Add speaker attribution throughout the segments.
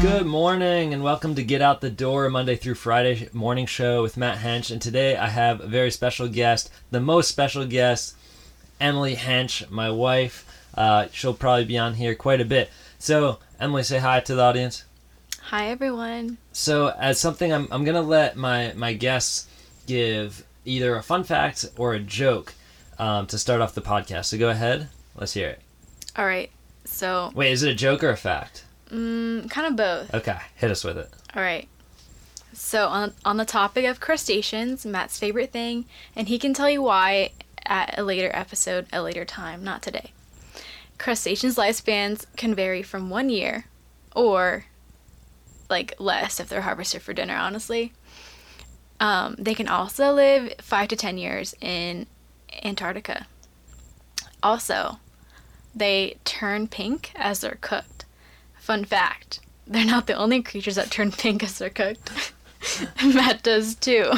Speaker 1: Good morning and welcome to Get Out the Door Monday through Friday sh- morning show with Matt Hench. And today I have a very special guest, the most special guest, Emily Hench, my wife. Uh, she'll probably be on here quite a bit. So, Emily, say hi to the audience.
Speaker 2: Hi everyone.
Speaker 1: So, as something, I'm, I'm going to let my, my guests give either a fun fact or a joke um, to start off the podcast. So, go ahead. Let's hear it.
Speaker 2: All right. So,
Speaker 1: Wait, is it a joke or a fact?
Speaker 2: mm, kind of both.
Speaker 1: Okay, hit us with it.
Speaker 2: All right. So, on on the topic of crustaceans, Matt's favorite thing, and he can tell you why at a later episode, a later time, not today. Crustaceans' lifespans can vary from 1 year or like less if they're harvested for dinner, honestly. Um, they can also live 5 to 10 years in Antarctica. Also, they turn pink as they're cooked. Fun fact they're not the only creatures that turn pink as they're cooked. Matt does too.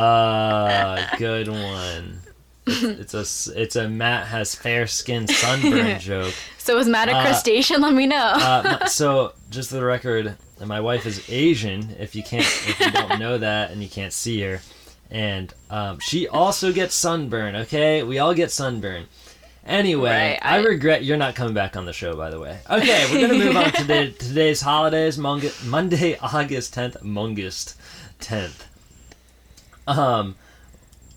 Speaker 1: Ah, good one. It's a s- it's a Matt has fair skin sunburn joke.
Speaker 2: So is Matt a
Speaker 1: Uh,
Speaker 2: crustacean? Let me know.
Speaker 1: Uh, my- so just for the record, my wife is Asian. If you can't if you don't know that and you can't see her, and um, she also gets sunburn. Okay, we all get sunburn. Anyway,
Speaker 2: Right,
Speaker 1: I,
Speaker 2: I-
Speaker 1: regret you're not coming back on the show. By the way, okay, we're gonna move on to the, today's holidays. Mong- Monday, August tenth, Mongust tenth. Um,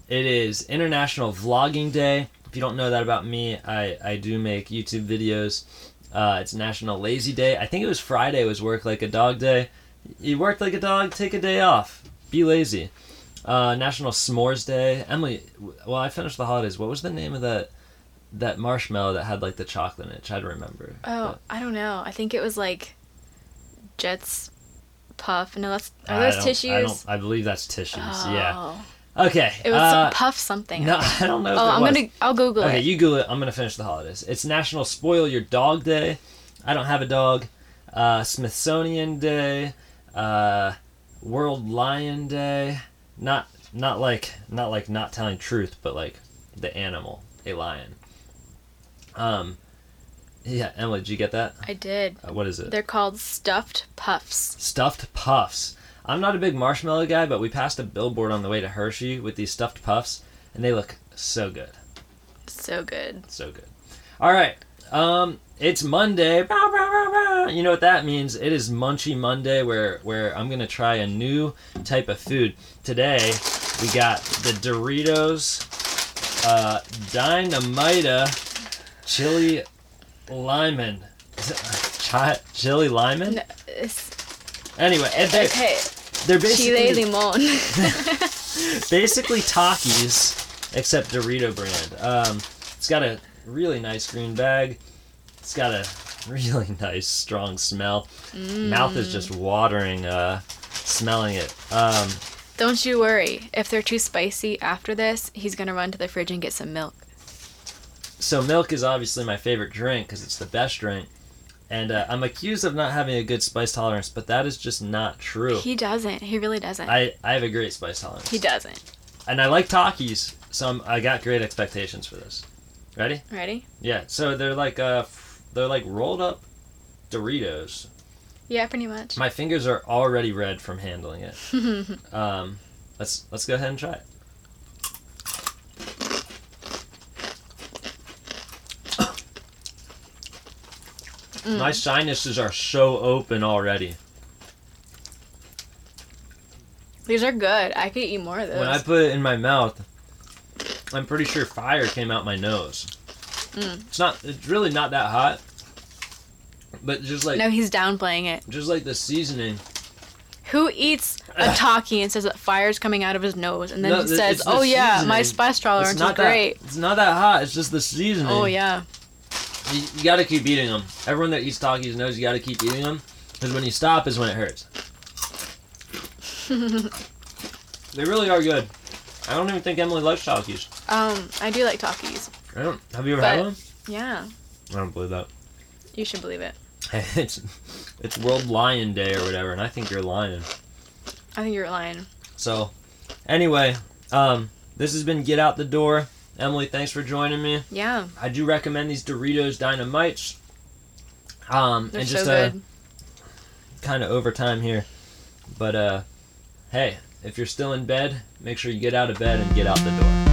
Speaker 1: it is International Vlogging Day. If you don't know that about me, I, I do make YouTube videos. Uh, it's National Lazy Day. I think it was Friday was Work Like a Dog Day. You work like a dog, take a day off. Be lazy. Uh, National S'mores Day. Emily, w- well, I finished the holidays. What was the name of that that marshmallow that had like the chocolate in it? Try to remember.
Speaker 2: oh, I don't know. I think it was like Jets Puff. No, that's
Speaker 1: But
Speaker 2: are
Speaker 1: I
Speaker 2: those
Speaker 1: don't-
Speaker 2: tissues?
Speaker 1: I don't. I believe that's tissues. Yeah.
Speaker 2: Oh.
Speaker 1: Okay.
Speaker 2: It was
Speaker 1: uh,
Speaker 2: some puff something.
Speaker 1: No, I don't know. If
Speaker 2: oh,
Speaker 1: it
Speaker 2: I'm
Speaker 1: was.
Speaker 2: gonna. I'll Google
Speaker 1: Okay,
Speaker 2: it.
Speaker 1: you Google it. I'm gonna finish the holidays. It's National Spoil Your Dog Day. I don't have a dog. Uh, Smithsonian Day. Uh, World Lion Day. Not not like not like not telling truth, but like the animal, a lion. Um, yeah, Emily, did you get that?
Speaker 2: I did.
Speaker 1: Uh, what is it?
Speaker 2: They're called stuffed puffs.
Speaker 1: Stuffed puffs. I'm not a big marshmallow guy, but we passed a billboard on the way to Hershey with these stuffed puffs, and they look so good.
Speaker 2: So good.
Speaker 1: So good. All right. Um, it's Monday. Bow, bow, bow, bow. You know what that means? It is Munchy Monday, where where I'm gonna try a new type of food today. We got the Doritos, uh, Dynamita, chili limon, uh, Chi- chili limon.
Speaker 2: No, it's,
Speaker 1: Anyway, and they're,
Speaker 2: okay,
Speaker 1: they're
Speaker 2: chile
Speaker 1: basically
Speaker 2: limon.
Speaker 1: basically Takis, except Dorito brand. Um, it's got a really nice green bag. It's got a really nice strong smell. Mouth is
Speaker 2: Mm.
Speaker 1: just watering, uh, smelling it. Um,
Speaker 2: Don't you worry. If they're too spicy after this, he's gonna run to the fridge and get some milk.
Speaker 1: so milk is obviously my favorite drink because it's the best drink. And uh, I'm accused of not having a good spice tolerance, but that is just not true.
Speaker 2: He doesn't. He really doesn't.
Speaker 1: I, I have a great spice tolerance.
Speaker 2: he doesn't.
Speaker 1: And I like Takis, so I'm, I got great expectations for this. Ready?
Speaker 2: Ready?
Speaker 1: Yeah, so they're like uh, f- they're like rolled up Doritos.
Speaker 2: Yeah, pretty much.
Speaker 1: My fingers are already red from handling it. um, let's let's go ahead and try it.
Speaker 2: Mm.
Speaker 1: My sinuses are so open already.
Speaker 2: These are good. I could eat more of those.
Speaker 1: When I put it in my mouth, I'm pretty sure fire came out my nose.
Speaker 2: Mm.
Speaker 1: It's not. It's really not that hot. But just like
Speaker 2: no, he's downplaying it.
Speaker 1: just like the seasoning.
Speaker 2: Who eats a talkie and says that fire's coming out of his nose and then
Speaker 1: No,
Speaker 2: he
Speaker 1: th-
Speaker 2: says,
Speaker 1: it's the
Speaker 2: "Oh yeah, my
Speaker 1: seasoning.
Speaker 2: spice tolerance is
Speaker 1: that.
Speaker 2: Oh, great."
Speaker 1: It's not that hot. It's just the seasoning.
Speaker 2: Oh yeah.
Speaker 1: You, you gotta keep eating them. Everyone that eats Takis knows you gotta keep eating them, because when you stop is when it hurts. they really are good. I don't even think Emily likes Takis.
Speaker 2: Um, I do like talkies.
Speaker 1: I don't. Have you ever had
Speaker 2: But-
Speaker 1: one?
Speaker 2: Yeah,
Speaker 1: I don't believe that.
Speaker 2: you should believe it.
Speaker 1: it's it's World Lion Day or whatever, and I think you're lying.
Speaker 2: I think you're lying.
Speaker 1: So, anyway, um, this has been Get Out the Door. Emily, thanks for joining me.
Speaker 2: Yeah,
Speaker 1: I do recommend these Doritos Dynamites. Um,
Speaker 2: they're
Speaker 1: and
Speaker 2: so
Speaker 1: just a
Speaker 2: good.
Speaker 1: kind of over time here. But uh, hey, if you're still in bed, make sure you get out of bed and get out the door.